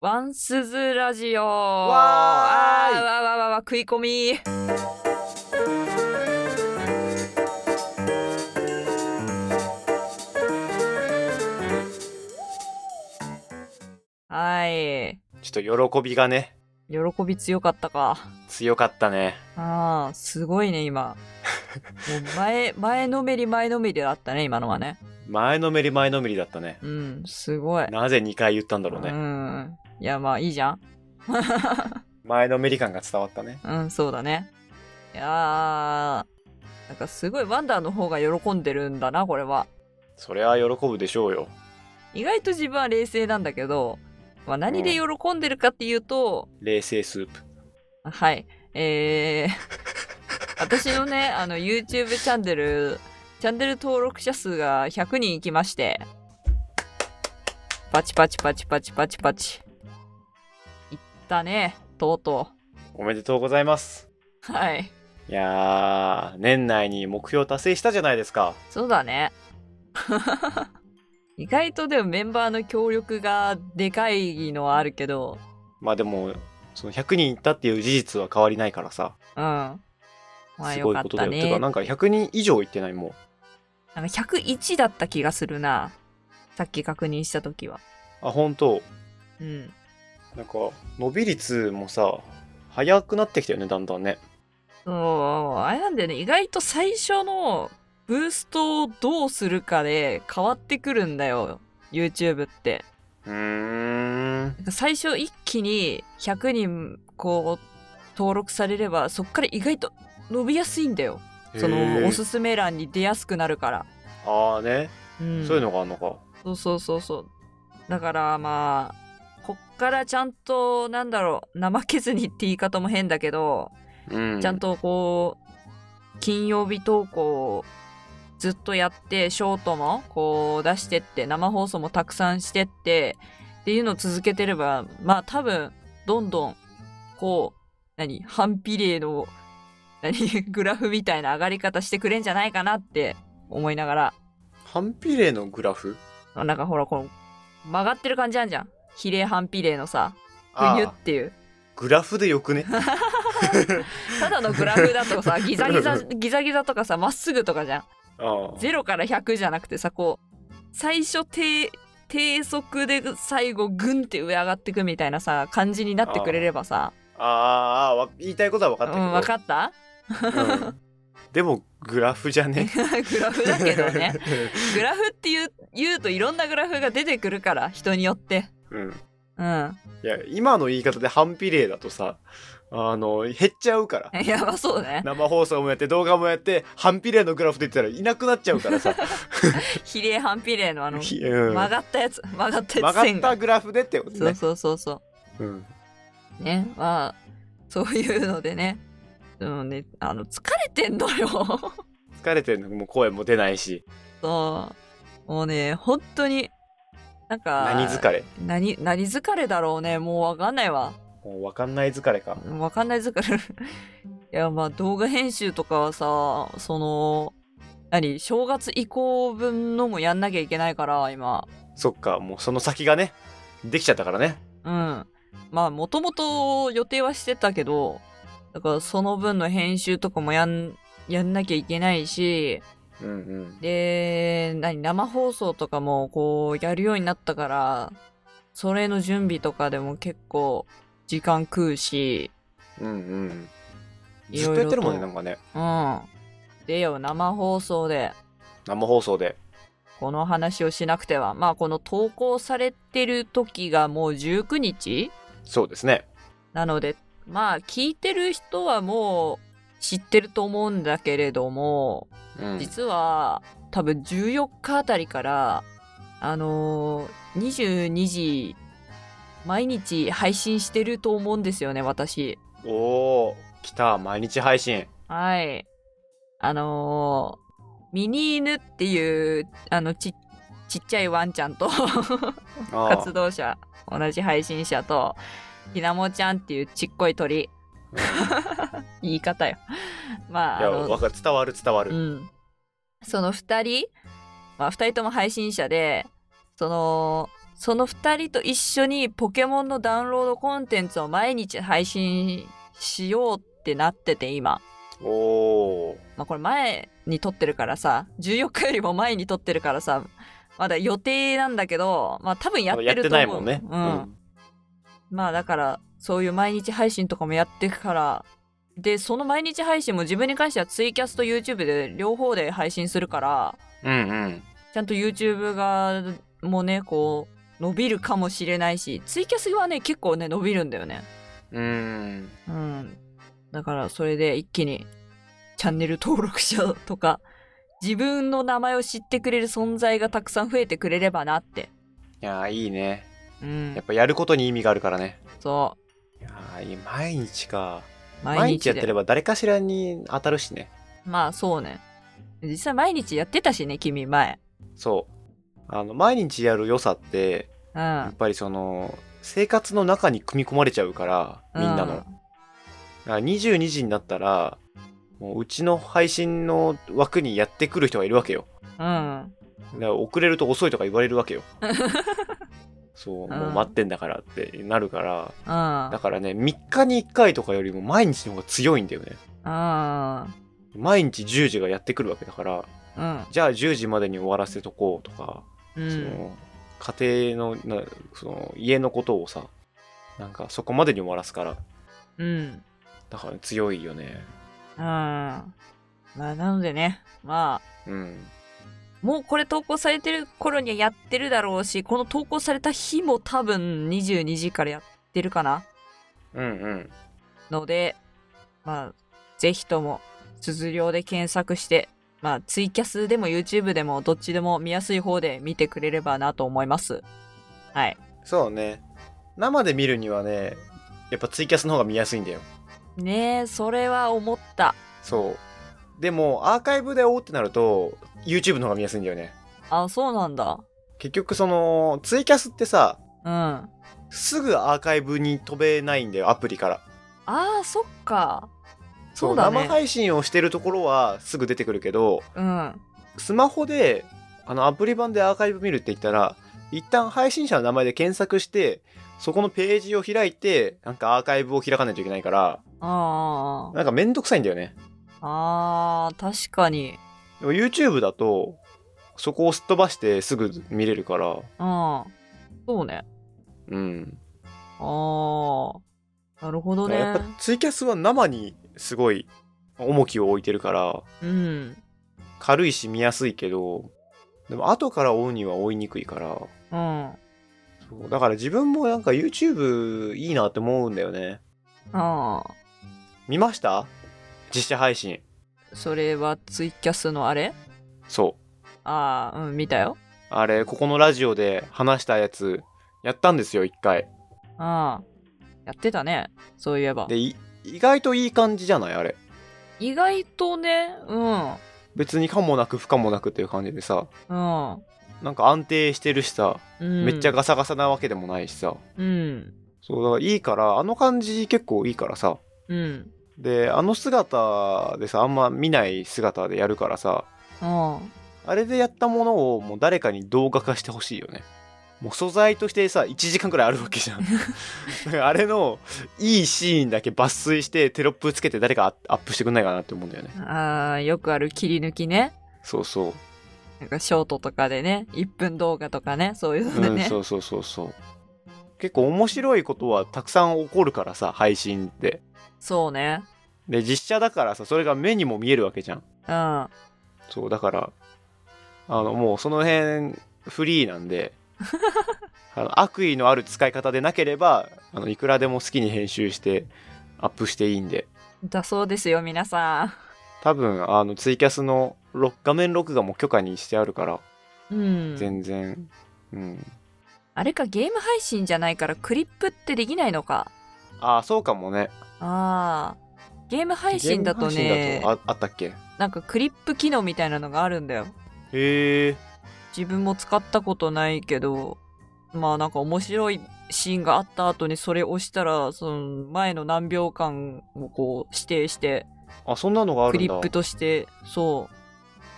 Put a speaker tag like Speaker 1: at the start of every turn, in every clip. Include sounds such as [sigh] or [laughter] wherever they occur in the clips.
Speaker 1: ワンスズラジオ
Speaker 2: わーい
Speaker 1: あわわわわ食い込みはい
Speaker 2: ちょっと喜びがね、
Speaker 1: 喜び強かったか
Speaker 2: 強かったね。
Speaker 1: ああすごいね今もう
Speaker 2: [laughs]
Speaker 1: 前前のめり前のめりだったね今のはね
Speaker 2: 前のめり前のめりだったね。
Speaker 1: うんすごい
Speaker 2: なぜ2回言ったんだろう
Speaker 1: う
Speaker 2: ね。
Speaker 1: んいやまあいいじゃん
Speaker 2: 前のめり感が伝わったね。
Speaker 1: うん、そうだね。いやー、なんかすごいワンダーの方が喜んでるんだな、これは。
Speaker 2: そりゃ喜ぶでしょうよ。
Speaker 1: 意外と自分は冷静なんだけど、まあ、何で喜んでるかっていうと、
Speaker 2: 冷製スープ。
Speaker 1: はい、えー、私のね、あの、YouTube チャンネル、チャンネル登録者数が100人いきまして、パチパチパチパチパチパチ。いったね、とうと
Speaker 2: おめでとうございます。
Speaker 1: う。はい、
Speaker 2: いやー、年内に目標達成したじゃないですか。
Speaker 1: そうだね。 [laughs] 意外とでもメンバーの協力がでかいのはあるけど、
Speaker 2: まあでも、その100人いったっていう事実は変わりないからさ。
Speaker 1: うん。ますあよ
Speaker 2: ごい
Speaker 1: かっ
Speaker 2: ことだ
Speaker 1: た
Speaker 2: よ。
Speaker 1: ね。
Speaker 2: てか、なんか100人以上いってないもん。
Speaker 1: なんか101だった気がするな。さっき確認した時は。
Speaker 2: あ、本当
Speaker 1: うん。
Speaker 2: なんか、伸び率もさ、早くなってきたよね、だんだんね。
Speaker 1: そう、あれなんだよね。意外と最初のブーストをどうするかで変わってくるんだよ。YouTube って。
Speaker 2: うーん。
Speaker 1: なんか最初一気に100人こう登録されれば、そっから意外と伸びやすいんだよ。そ
Speaker 2: へ
Speaker 1: の
Speaker 2: ー
Speaker 1: おすすめ欄に出やすくなるから、
Speaker 2: ああね、
Speaker 1: うん
Speaker 2: そういうのがあるのか。
Speaker 1: そうそうそうそうだからまあこっからちゃんとなんだろう怠けずにって言い方も変だけど、
Speaker 2: うん。
Speaker 1: ちゃんとこう金曜日投稿をずっとやってショートもこう出してって生放送もたくさんしてってっていうのを続けてればまあ多分どんどんこう何反比例の何 [laughs] グラフみたいな上がり方してくれんじゃないかなって思いながら
Speaker 2: 反比例のグラフ
Speaker 1: あなんかほらこの曲がってる感じあんじゃん比例反比例のさふにゅっ
Speaker 2: あ
Speaker 1: ていう
Speaker 2: グラフで
Speaker 1: [laughs]
Speaker 2: よくね。
Speaker 1: ただのグラフだと
Speaker 2: [laughs]
Speaker 1: さギザギザギザギザとかさまっすぐとかじゃん
Speaker 2: ああ
Speaker 1: 0から100じゃなくてさこう最初低低速で最後グンって上上がってくみたいなさ感じになってくれればさ
Speaker 2: ああわ言いたいことは分か
Speaker 1: 分うん、わ
Speaker 2: っ
Speaker 1: かった [laughs]
Speaker 2: たけど。うん [laughs] でもグラフじゃね。
Speaker 1: グラ [laughs] フだけどねグラフっていう言うといろんなグラフが出てくるから人によって
Speaker 2: [laughs] うん。
Speaker 1: うん
Speaker 2: いや今の言い方で反比例だとさ、あの減っちゃうから。
Speaker 1: いやばそうね
Speaker 2: 生放送もやって動画もやって反比例のグラフで言ったらいなくなっちゃうからさ、
Speaker 1: 比例反比例の [laughs] あ
Speaker 2: [laughs] う
Speaker 1: の
Speaker 2: ん
Speaker 1: 曲
Speaker 2: 曲
Speaker 1: がったやつ曲がったやつ
Speaker 2: が
Speaker 1: 線
Speaker 2: っ
Speaker 1: が
Speaker 2: たグラフでってこと
Speaker 1: そう
Speaker 2: ね。
Speaker 1: そうそうそ
Speaker 2: うん
Speaker 1: うねまあそういうのでねでもねあの疲れてんのよ
Speaker 2: 疲れてるのもう声も出ないし
Speaker 1: そうもうね本当になんか
Speaker 2: 何疲れ
Speaker 1: 何何疲れだろうねもうわかんないわ
Speaker 2: もう分かんない疲れか。
Speaker 1: わかんない疲れ [laughs] いやまあ動画編集とかはさその何正月以降分のもやんなきゃいけないから今
Speaker 2: そっかもうその先がねできちゃったからね。
Speaker 1: うん。まあ、もともと予定はしてたけど、だからその分の編集とかもやん、やんなきゃいけないし、
Speaker 2: うんうん。
Speaker 1: で、何、生放送とかもこう、やるようになったから、それの準備とかでも結構、時間食うし、
Speaker 2: うんうん。
Speaker 1: い
Speaker 2: ず
Speaker 1: ろ
Speaker 2: っ
Speaker 1: いろと
Speaker 2: とやってるもんね、なんかね。
Speaker 1: うん。でよ、生放送で、
Speaker 2: 生放送で。
Speaker 1: この話をしなくては。まあ、この投稿されてる時がもう19日
Speaker 2: そうですね。
Speaker 1: なので、まあ、聞いてる人はもう知ってると思うんだけれども、
Speaker 2: うん。
Speaker 1: 実は多分14日あたりから、あのー22時、毎日配信してると思うんですよね、私。
Speaker 2: おおー、来た、毎日配信。
Speaker 1: はい。あのーミニ犬っていう、あの、ち、ちっちゃいワンちゃんと、
Speaker 2: あ
Speaker 1: 活動者、同じ配信者と、ひなもちゃんっていうちっこい鳥。 [laughs] 言い方よ。まあ、
Speaker 2: いや、
Speaker 1: あの
Speaker 2: わかる、伝わる、伝わ
Speaker 1: う
Speaker 2: る。
Speaker 1: ん、その2人、まあ、2人とも配信者でそのその2人と一緒にポケモンのダウンロードコンテンツを毎日配信しようってなってて今、
Speaker 2: おー
Speaker 1: まあ、これ前に撮ってるからさ14日よりも前に撮ってるからさまだ予定なんだけどまあ多分や
Speaker 2: ま
Speaker 1: っ
Speaker 2: だ
Speaker 1: て
Speaker 2: やっ
Speaker 1: ると思
Speaker 2: て
Speaker 1: う
Speaker 2: ないもんね。
Speaker 1: うんまあだからそういう毎日配信とかもやってくからでその毎日配信も自分に関してはツイキャスと YouTube で両方で配信するから
Speaker 2: うんうん。
Speaker 1: ちゃんと YouTube がもねこう伸びるかもしれないしツイキャスはね結構ね伸びるんだよね
Speaker 2: うん。
Speaker 1: うんだからそれで一気にチャンネル登録者とか自分の名前を知ってくれる存在がたくさん増えてくれればなって
Speaker 2: いやーいいね。
Speaker 1: うん
Speaker 2: やっぱやることに意味があるからね。
Speaker 1: そ
Speaker 2: いやーいい毎日か。
Speaker 1: う毎
Speaker 2: 毎
Speaker 1: 日
Speaker 2: 日
Speaker 1: で
Speaker 2: やってれば誰かしらに当たるしね。
Speaker 1: まあそうね実際毎日やってたしね君前
Speaker 2: そう。あの、毎日やる良さって、
Speaker 1: う
Speaker 2: やっ
Speaker 1: ん
Speaker 2: ぱりその、生活の中に組み込まれちゃうから、みんなの。
Speaker 1: う
Speaker 2: だから22時になったら、もううちの配信の枠にやってくる人がいるわけよ。
Speaker 1: うん
Speaker 2: だから遅れると遅いとか言われるわけよ。そう、もう待ってんだからってなるから、
Speaker 1: うん
Speaker 2: だからね、3日に1回とかよりも毎日の方が強いんだよね。
Speaker 1: うん
Speaker 2: 毎日10時がやってくるわけだから、
Speaker 1: うん
Speaker 2: じゃあ10時までに終わらせとこうとか、
Speaker 1: う
Speaker 2: そ
Speaker 1: ん
Speaker 2: の家庭のなその家のことをさなんかそこまでに終わらすから
Speaker 1: うん
Speaker 2: だから強いよね
Speaker 1: うんまあなのでねまあ
Speaker 2: うん
Speaker 1: もうこれ投稿されてる頃にはやってるだろうしこの投稿された日も多分22時からやってるかな
Speaker 2: うんうん
Speaker 1: のでまあぜひとも鈴量で検索してまあツイキャスでも YouTube でもどっちでも見やすい方で見てくれればなと思いますはい
Speaker 2: そうね生で見るにはねやっぱツイキャスの方が見やすいんだよ
Speaker 1: ねえそれは思った
Speaker 2: そうでもアーカイブで追うってなると YouTube の方が見やすいんだよね
Speaker 1: あそうなんだ
Speaker 2: 結局そのツイキャスってさ
Speaker 1: うんあ
Speaker 2: すぐアーカイブに飛べないんだよアプリから
Speaker 1: あそっかそうだね
Speaker 2: 生配信をしてるところはすぐ出てくるけど
Speaker 1: うん
Speaker 2: スマホであのアプリ版でアーカイブ見るって言ったら一旦配信者の名前で検索してそこのページを開いてなんかアーカイブを開かないといけないから
Speaker 1: あー
Speaker 2: なんかめんどくさいんだよね
Speaker 1: あー確かに
Speaker 2: でも YouTube だとそこをすっ飛ばしてすぐ見れるから
Speaker 1: うんそうね
Speaker 2: うん
Speaker 1: ああなるほどね
Speaker 2: やっぱツイキャスは生にすごい重きを置いてるから
Speaker 1: うん
Speaker 2: 軽いし見やすいけどでも後から追うには追いにくいから
Speaker 1: うん
Speaker 2: そうだから自分もなんか YouTube いいなって思うんだよね
Speaker 1: ああ
Speaker 2: 見ました実写配信
Speaker 1: それはツイキャスのあれ
Speaker 2: そう
Speaker 1: ああうん見たよ
Speaker 2: あれここのラジオで話したやつやったんですよ一回
Speaker 1: ああやってたねそういえば
Speaker 2: でい意外といい感じじゃないあれ
Speaker 1: 意外とねうん
Speaker 2: 別にかもなく不可もなくっていう感じでさ
Speaker 1: うん、
Speaker 2: なんか安定してるしさ
Speaker 1: うん、
Speaker 2: めっちゃガサガサなわけでもないしさ、
Speaker 1: うん
Speaker 2: そうだからいいからあの感じ結構いいからさ
Speaker 1: うん
Speaker 2: であの姿でさあんま見ない姿でやるからさ
Speaker 1: うん
Speaker 2: あれでやったものをもう誰かに動画化してほしいよね。もう素材としてさ1時間くらいあるわけじ
Speaker 1: [laughs]
Speaker 2: ゃんだからあれのいいシーンだけ抜粋してテロップつけて誰かアップしてくんないかなって思うんだよね
Speaker 1: あーよくある切り抜きね
Speaker 2: そうそう、
Speaker 1: なんかショートとかでね1分動画とかねそういうので
Speaker 2: うん
Speaker 1: ね、
Speaker 2: そうそうそうそう結構面白いことはたくさん起こるからさ配信って
Speaker 1: そうね
Speaker 2: で実写だからさそれが目にも見えるわけじゃん
Speaker 1: うん
Speaker 2: そうだからあのもうその辺フリーな
Speaker 1: [laughs]
Speaker 2: んであの悪意のある使い方でなければあのいくらでも好きに編集してアップしていいんで
Speaker 1: だそうですよ皆さ
Speaker 2: 多分あのツイキャスの録画面録画も許可にしてあるから
Speaker 1: んうん
Speaker 2: 全然うん
Speaker 1: あれかゲーム配信じゃないからクリップってできないのか
Speaker 2: ああそうかもね
Speaker 1: あーゲーム配信だと
Speaker 2: ゲーム配信
Speaker 1: ね
Speaker 2: だとああったっけ
Speaker 1: なんかクリップ機能みたいなのがあるんだよ
Speaker 2: へえ
Speaker 1: 自分も使ったことないけどまあなんか面白いシーンがあった後にそれ押したらその前の何秒間をこう指定して
Speaker 2: あそんなのがあ
Speaker 1: ク
Speaker 2: るん
Speaker 1: リッ
Speaker 2: だ
Speaker 1: プとしてそう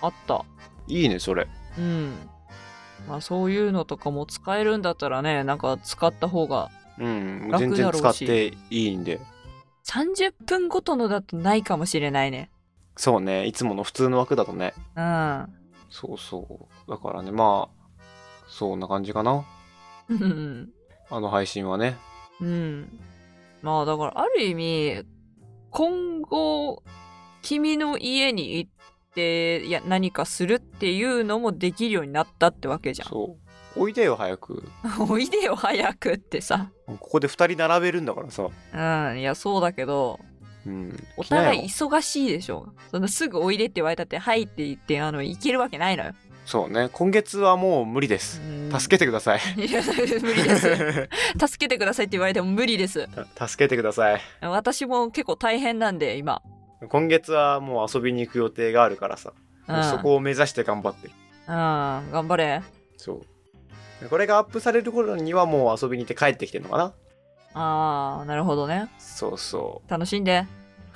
Speaker 1: あった
Speaker 2: いいねそれ
Speaker 1: うんまあそういうのとかも使えるんだったらね、なんか使った方が。
Speaker 2: うん、
Speaker 1: 楽
Speaker 2: 全
Speaker 1: だ
Speaker 2: 然
Speaker 1: ろ
Speaker 2: 使
Speaker 1: う
Speaker 2: っ
Speaker 1: して
Speaker 2: いいんで。
Speaker 1: 30分ごとのだとないかもしれないね。
Speaker 2: そうね、いつもの普通の枠だとね。
Speaker 1: うん。うん
Speaker 2: そうそう。だからね、まあ、そんな感じかな。
Speaker 1: うん。
Speaker 2: あの配信はね。
Speaker 1: うん。まあだからある意味、今後、君の家に行って、いや、何かするっていうのもできるようになったってわけじゃ
Speaker 2: そう。おいでよ、早く。
Speaker 1: ん。おいでよ、早くってさ。
Speaker 2: ここで2人並べるんだからさ。
Speaker 1: うん、いや、そうだけど、
Speaker 2: うん。
Speaker 1: お互い
Speaker 2: 来なよ
Speaker 1: 忙しいでしょ。そんなすぐおいでって言われたって、はいって言って、あの、行けるわけないのよ。
Speaker 2: そうね、今月はもう無理です。助けてください。
Speaker 1: けいや、無理です。助けてくださいって言われても無理です。
Speaker 2: た [laughs] 助けてください。
Speaker 1: 私も結構大変なんで、今。
Speaker 2: 今月はもう遊びに行く予定があるからさ。
Speaker 1: うん、
Speaker 2: そこを目指して頑張ってる。
Speaker 1: うん、頑張れ。
Speaker 2: そう。これがアップされる頃にはもう遊びに行って帰ってきてるのかな
Speaker 1: ああ、なるほどね。
Speaker 2: そうそ
Speaker 1: 楽しんで。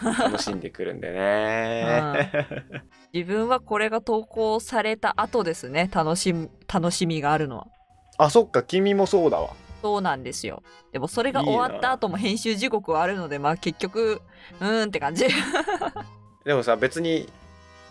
Speaker 2: う。楽しんでくるんでね。
Speaker 1: 自分はこれが投稿された後ですね、楽しむ、楽しみがあるのは。
Speaker 2: [laughs] あ、そっか、君もそうだわ。
Speaker 1: そうなんですよ。でもそれが
Speaker 2: いいな
Speaker 1: 終わった後も編集時刻はあるので、まあ結局、うーんって
Speaker 2: [laughs]
Speaker 1: 感じ。
Speaker 2: でもさ、別に、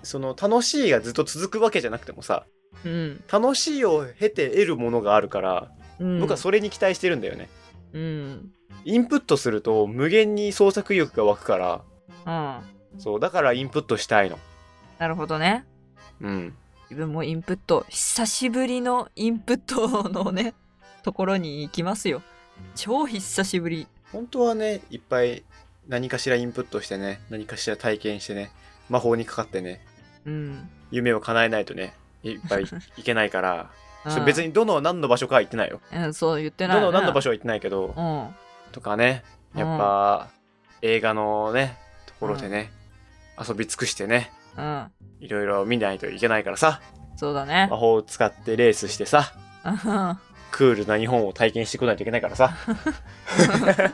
Speaker 2: その、楽しいがずっと続くわけじゃなくてもさ、
Speaker 1: うん。
Speaker 2: 楽しいを経て得るものがあるから、
Speaker 1: うん、
Speaker 2: 僕はそれに期待してるんだよね。
Speaker 1: う。うん。
Speaker 2: インプットすると無限に創作意欲が湧くから、
Speaker 1: うん。な
Speaker 2: そう、だからインプットしたいの。
Speaker 1: るほどね。
Speaker 2: うん。
Speaker 1: 自分もインプット、久しぶりのインプットのね、 [laughs] ところに行きますよ。超久しぶり。
Speaker 2: 本当はね、いっぱい何かしらインプットしてね、何かしら体験してね、魔法にかかってね、
Speaker 1: うん。
Speaker 2: 夢を叶えないとね、いっぱいいけない
Speaker 1: [laughs]
Speaker 2: から、
Speaker 1: うん
Speaker 2: それ別にどの何の場所かは行ってないよ。
Speaker 1: うん、そう言って
Speaker 2: ど
Speaker 1: ない、ね。
Speaker 2: の何の場所は行ってないけど、
Speaker 1: うん。
Speaker 2: とかね、やっぱ、映画のね、ところでね、遊び尽くしてね、
Speaker 1: うん。
Speaker 2: いろいろ見ないといけないからさ、
Speaker 1: そうだね
Speaker 2: 魔。法を使ってレースしてさ、
Speaker 1: うん
Speaker 2: クールな日本を体験してこないといけないからさ。
Speaker 1: [laughs]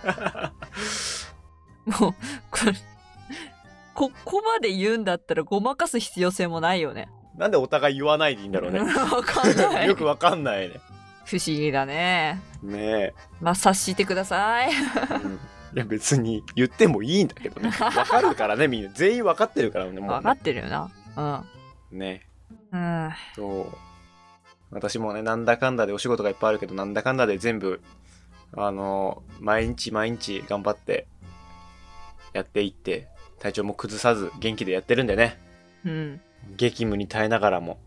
Speaker 1: もう、これ、ここまで言うんだったらごまかす必要性もないよね。
Speaker 2: なんでお互い言わないでいいんだろうね。
Speaker 1: [laughs] わかんない。
Speaker 2: [laughs] よくわかんないね。
Speaker 1: 不思議だね。
Speaker 2: ね
Speaker 1: まあ、察してください。
Speaker 2: え。うんいや別に言ってもいいんだけどね。わかるからね、みんな。全員わかってるからね、も
Speaker 1: わ
Speaker 2: う
Speaker 1: かっ
Speaker 2: ね。
Speaker 1: てるよな。
Speaker 2: ね
Speaker 1: うん。うん。
Speaker 2: えそう。私もね、なんだかんだでお仕事がいっぱいあるけど、なんだかんだで全部、あの、毎日毎日頑張って、やっていって、体調も崩さず元気でやってるんでね。
Speaker 1: うん。
Speaker 2: 激務に耐えながらも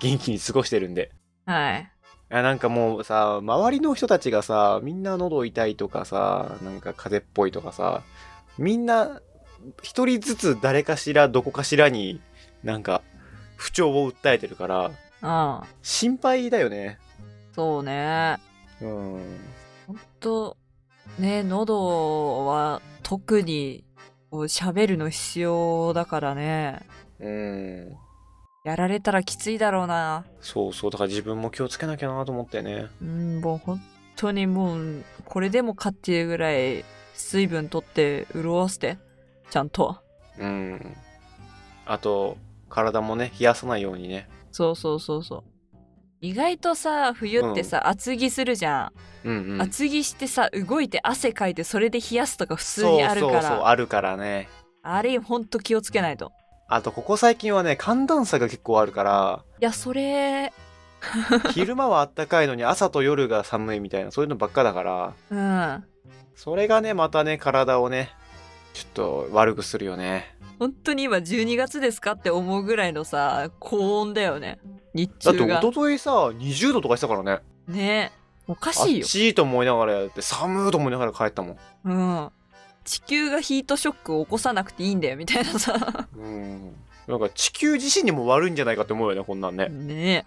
Speaker 2: 元気に過ごしてるんで
Speaker 1: はい。
Speaker 2: いやなんかもうさ周りの人たちがさみんな喉痛いとかさなんか風邪っぽいとかさみんな一人ずつ誰かしらどこかしらになんか不調を訴えてるから
Speaker 1: うん。
Speaker 2: 心配だよね
Speaker 1: そうね。
Speaker 2: うん
Speaker 1: ほんと、ね、喉は特にこう喋るの必要だからね。
Speaker 2: うん
Speaker 1: やられたらきついだろうな。
Speaker 2: そうそうだから自分も気をつけなきゃなと思ってね
Speaker 1: うん、もう本当にもう、これでもかっていうぐらい、水分取って潤わせて、ちゃんと。
Speaker 2: うんあと体もね冷やさないようにね
Speaker 1: そうそうそうそう。意外とさ、冬ってさ、厚着するじゃん。
Speaker 2: うんうん
Speaker 1: 厚着してさ、動いて汗かいて、それで冷やすとか普通にあるから。
Speaker 2: そうそうそうあるからね
Speaker 1: あれ、ほんと気をつけないと。
Speaker 2: あとここ最近はね寒暖差が結構あるから
Speaker 1: [laughs] いや、それ、
Speaker 2: 昼間はあったかいのに朝と夜が寒いみたいなそういうのばっかだから
Speaker 1: うん。
Speaker 2: それがねまたね体をねちょっと悪くするよね
Speaker 1: 本当に今12月ですかって思うぐらいのさ高温だよね日
Speaker 2: だって
Speaker 1: 中が
Speaker 2: 一昨日さ20度とかしてたからね
Speaker 1: ねおか
Speaker 2: あっ
Speaker 1: しいよ、
Speaker 2: ちいと思いながらやって寒いと思いながら帰ったもん
Speaker 1: うん、地球がヒートショックを起こさなくていいんだよみたいなさ
Speaker 2: うんなんか地球自身にも悪いんじゃないかって思うよねこんなん [laughs] ね
Speaker 1: ね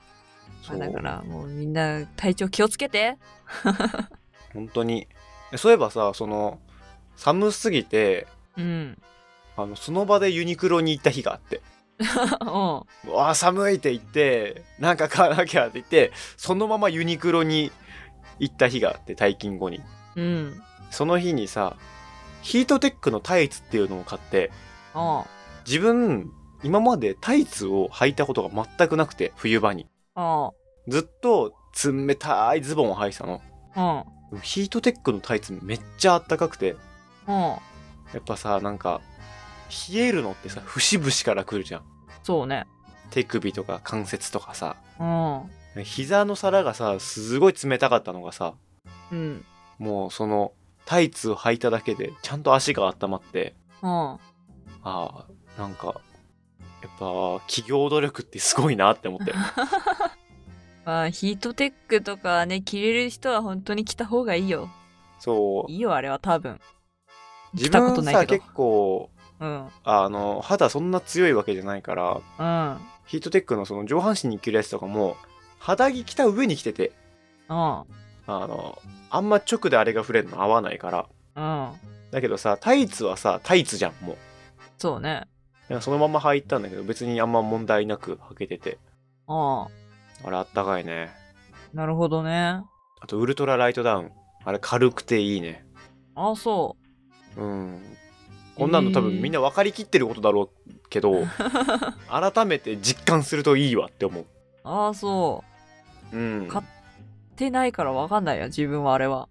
Speaker 1: ま
Speaker 2: そ
Speaker 1: あ
Speaker 2: う
Speaker 1: だからもうみんな体調気をつけて
Speaker 2: 本当にそういえばさその寒すぎて
Speaker 1: うん
Speaker 2: あのその場でユニクロに行った日があって
Speaker 1: うん
Speaker 2: うわあ寒いって言ってなんか買わなきゃって言ってそのままユニクロに行った日があって退勤後に
Speaker 1: うん
Speaker 2: その日にさヒートテックのタイツっていうのを買って
Speaker 1: あ
Speaker 2: 自分今までタイツを履いたことが全くなくて冬場に
Speaker 1: あ
Speaker 2: ずっと冷たいズボンを履いてた
Speaker 1: うん。
Speaker 2: のでもヒートテックのタイツめっちゃあったかくて
Speaker 1: うん。
Speaker 2: やっぱさなんか冷えるのってさ節々から来るじゃん
Speaker 1: そうね。
Speaker 2: 手首とか関節とかさ
Speaker 1: うん。
Speaker 2: 膝の皿がさすごい冷たかったのがさ
Speaker 1: うん。
Speaker 2: もうそのタイツを履いただけでちゃんと足が温まって
Speaker 1: うん。
Speaker 2: ああなんかやっぱ企業努力ってすごいなって思って
Speaker 1: [laughs] まあ、ヒートテックとかね、着れる人は本当に着た方がいいよ。
Speaker 2: そう
Speaker 1: いいよ、あれは多分。
Speaker 2: 自
Speaker 1: たこと
Speaker 2: 分
Speaker 1: ない
Speaker 2: さ
Speaker 1: けど
Speaker 2: 結構
Speaker 1: うん。うん。
Speaker 2: あの肌そんな強いわけじゃないから
Speaker 1: うん。
Speaker 2: ヒートテックのその上半身に着るやつとかも肌着着た上に着てて
Speaker 1: うん。
Speaker 2: あのあんま直であれが触れるの合わないから
Speaker 1: うん。
Speaker 2: だけどさタイツはさタイツじゃんもう
Speaker 1: そうね。
Speaker 2: だからそのまま履いたんだけど別にあんま問題なく履けてて
Speaker 1: うん。
Speaker 2: あれあったかいね
Speaker 1: なるほどね。
Speaker 2: あとウルトラライトダウンあれ軽くていいね
Speaker 1: あ、そ
Speaker 2: うんこんなの多分みんな分かりきってることだろう
Speaker 1: [laughs]
Speaker 2: けど、改めて実感するといいわって思う
Speaker 1: う。あ、そう。
Speaker 2: うん
Speaker 1: 買着てないからわかんないや、自分はあれは。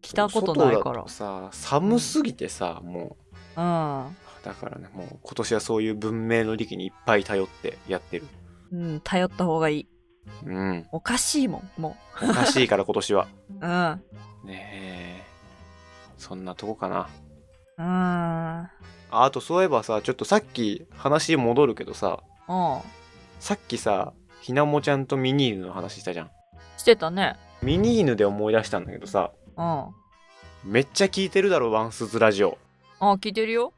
Speaker 1: 着たことないか
Speaker 2: 外だとさ寒すぎてさ、もう
Speaker 1: ら。
Speaker 2: だからねもう今年はそういう文明の利器にいっぱい頼ってやってる
Speaker 1: うん。うん、頼った方がいい。
Speaker 2: うん
Speaker 1: おかしいもん、も
Speaker 2: おかしいから今年は
Speaker 1: う。うん。
Speaker 2: ねえそんなとこかな
Speaker 1: うん。うん。
Speaker 2: ああとそういえばさちょっとさっき話戻るけどささっきさひなもちゃんとミニーヌの話したじゃん
Speaker 1: してたね。
Speaker 2: ミニーヌで思い出したんだけどさ
Speaker 1: うん。あ、
Speaker 2: めっちゃ聞いてるだろワンスズラジオ
Speaker 1: 聞いてるよ。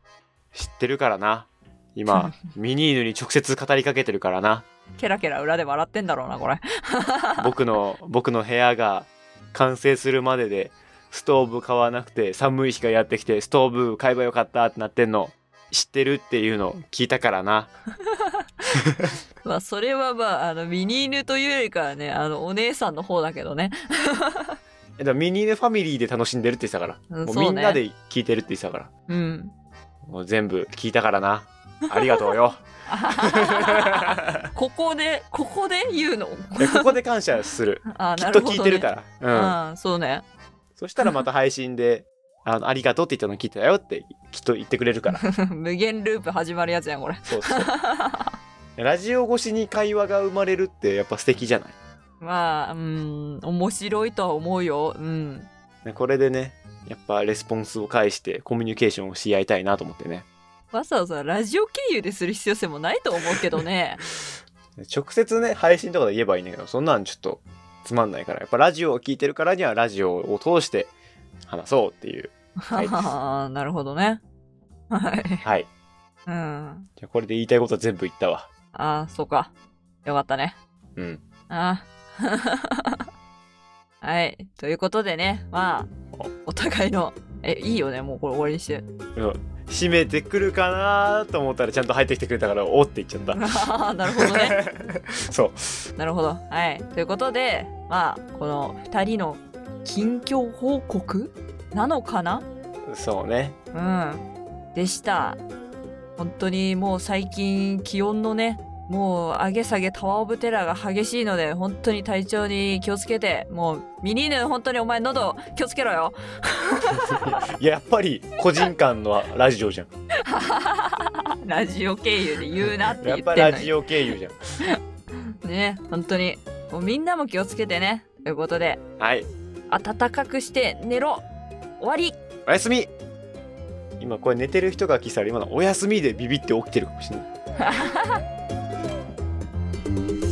Speaker 2: 知ってるからな [laughs] 今ミニーヌに直接語りかけてるからな
Speaker 1: ケラケラ裏で笑ってんだろうな、これ。 [laughs]
Speaker 2: 僕の僕の部屋が完成するまででストーブ買わなくて寒い日がやってきてストーブ買えばよかったってなってんの知ってるっていうの聞いたからな
Speaker 1: まあ、それはまあ、あの、ミニ犬というよりかはね、あの、お姉さんの方だけどね。
Speaker 2: えだからミニーヌファミリーで楽しんでるって言ってたから、
Speaker 1: うん
Speaker 2: もう
Speaker 1: そうね
Speaker 2: みんなで聞いてるって言ってたから
Speaker 1: うん。
Speaker 2: もう全部聞いたか
Speaker 1: [laughs]
Speaker 2: らなありがとうよ
Speaker 1: ここで、ここで言うの
Speaker 2: いやここで感謝する
Speaker 1: [laughs] あ
Speaker 2: き
Speaker 1: な
Speaker 2: っ
Speaker 1: る
Speaker 2: と
Speaker 1: ほど、ね。
Speaker 2: 聞いてるから、うん
Speaker 1: うん、そうね。 [laughs]
Speaker 2: そしたらまた配信で「あのありがとう」って言ったの聞いたよってきっと言ってくれ
Speaker 1: [laughs]
Speaker 2: るから
Speaker 1: 無限ループ始まるやつやん、これ。
Speaker 2: そうそうラジオ越しに会話が生まれるってやっぱ素敵じゃない
Speaker 1: まあ、うん、面白いとは思うよ。うん。
Speaker 2: ねこれでねやっぱレスポンスを返してコミュニケーションをし合いたいなと思ってね
Speaker 1: わざわざラジオ経由でする必要性もないと思うけどね。
Speaker 2: 直接ね配信とかで言えばいいんだけどそんなんちょっとつまんないからやっぱラジオを聞いてるからにはラジオを通して話そうっていうい
Speaker 1: [laughs] なるほどね。はい。
Speaker 2: はい
Speaker 1: うん。あ
Speaker 2: じゃあこれで言いたいことは全部言ったわ
Speaker 1: あ、そうか。よかったね。
Speaker 2: うん
Speaker 1: ああ。 [laughs] はい。ということでね、まあ、お互いの、え、いいよね、もうこれ終わりにして。 [laughs]
Speaker 2: 締めてくるかなと思ったらちゃんと入ってきてくれたからおって言っちゃった
Speaker 1: ああ、なるほどね。
Speaker 2: そう
Speaker 1: なるほど。はい。ということで、まあ、この2人の近況報告なのかな
Speaker 2: そうね
Speaker 1: うん。でした。本当にもう最近気温のね、もう上げ下げタワーオブテラーが激しいので、本当に体調に気をつけて、もうミニーヌ、本当にお前喉気をつけろよ。
Speaker 2: いややっぱり個人間のラジオじゃん
Speaker 1: ラジオ経由で言うなって言
Speaker 2: や
Speaker 1: っ
Speaker 2: ってぱ
Speaker 1: る
Speaker 2: ラ
Speaker 1: の
Speaker 2: ジオ経由じゃん
Speaker 1: に。ね、本当に。もうみんなも気をつけてね。ということで、
Speaker 2: はい
Speaker 1: 暖かくして寝ろ。終わり
Speaker 2: おやすみ今これ寝てる人が聞いてたら今の「おやすみ」でビビって起きてるかもしれない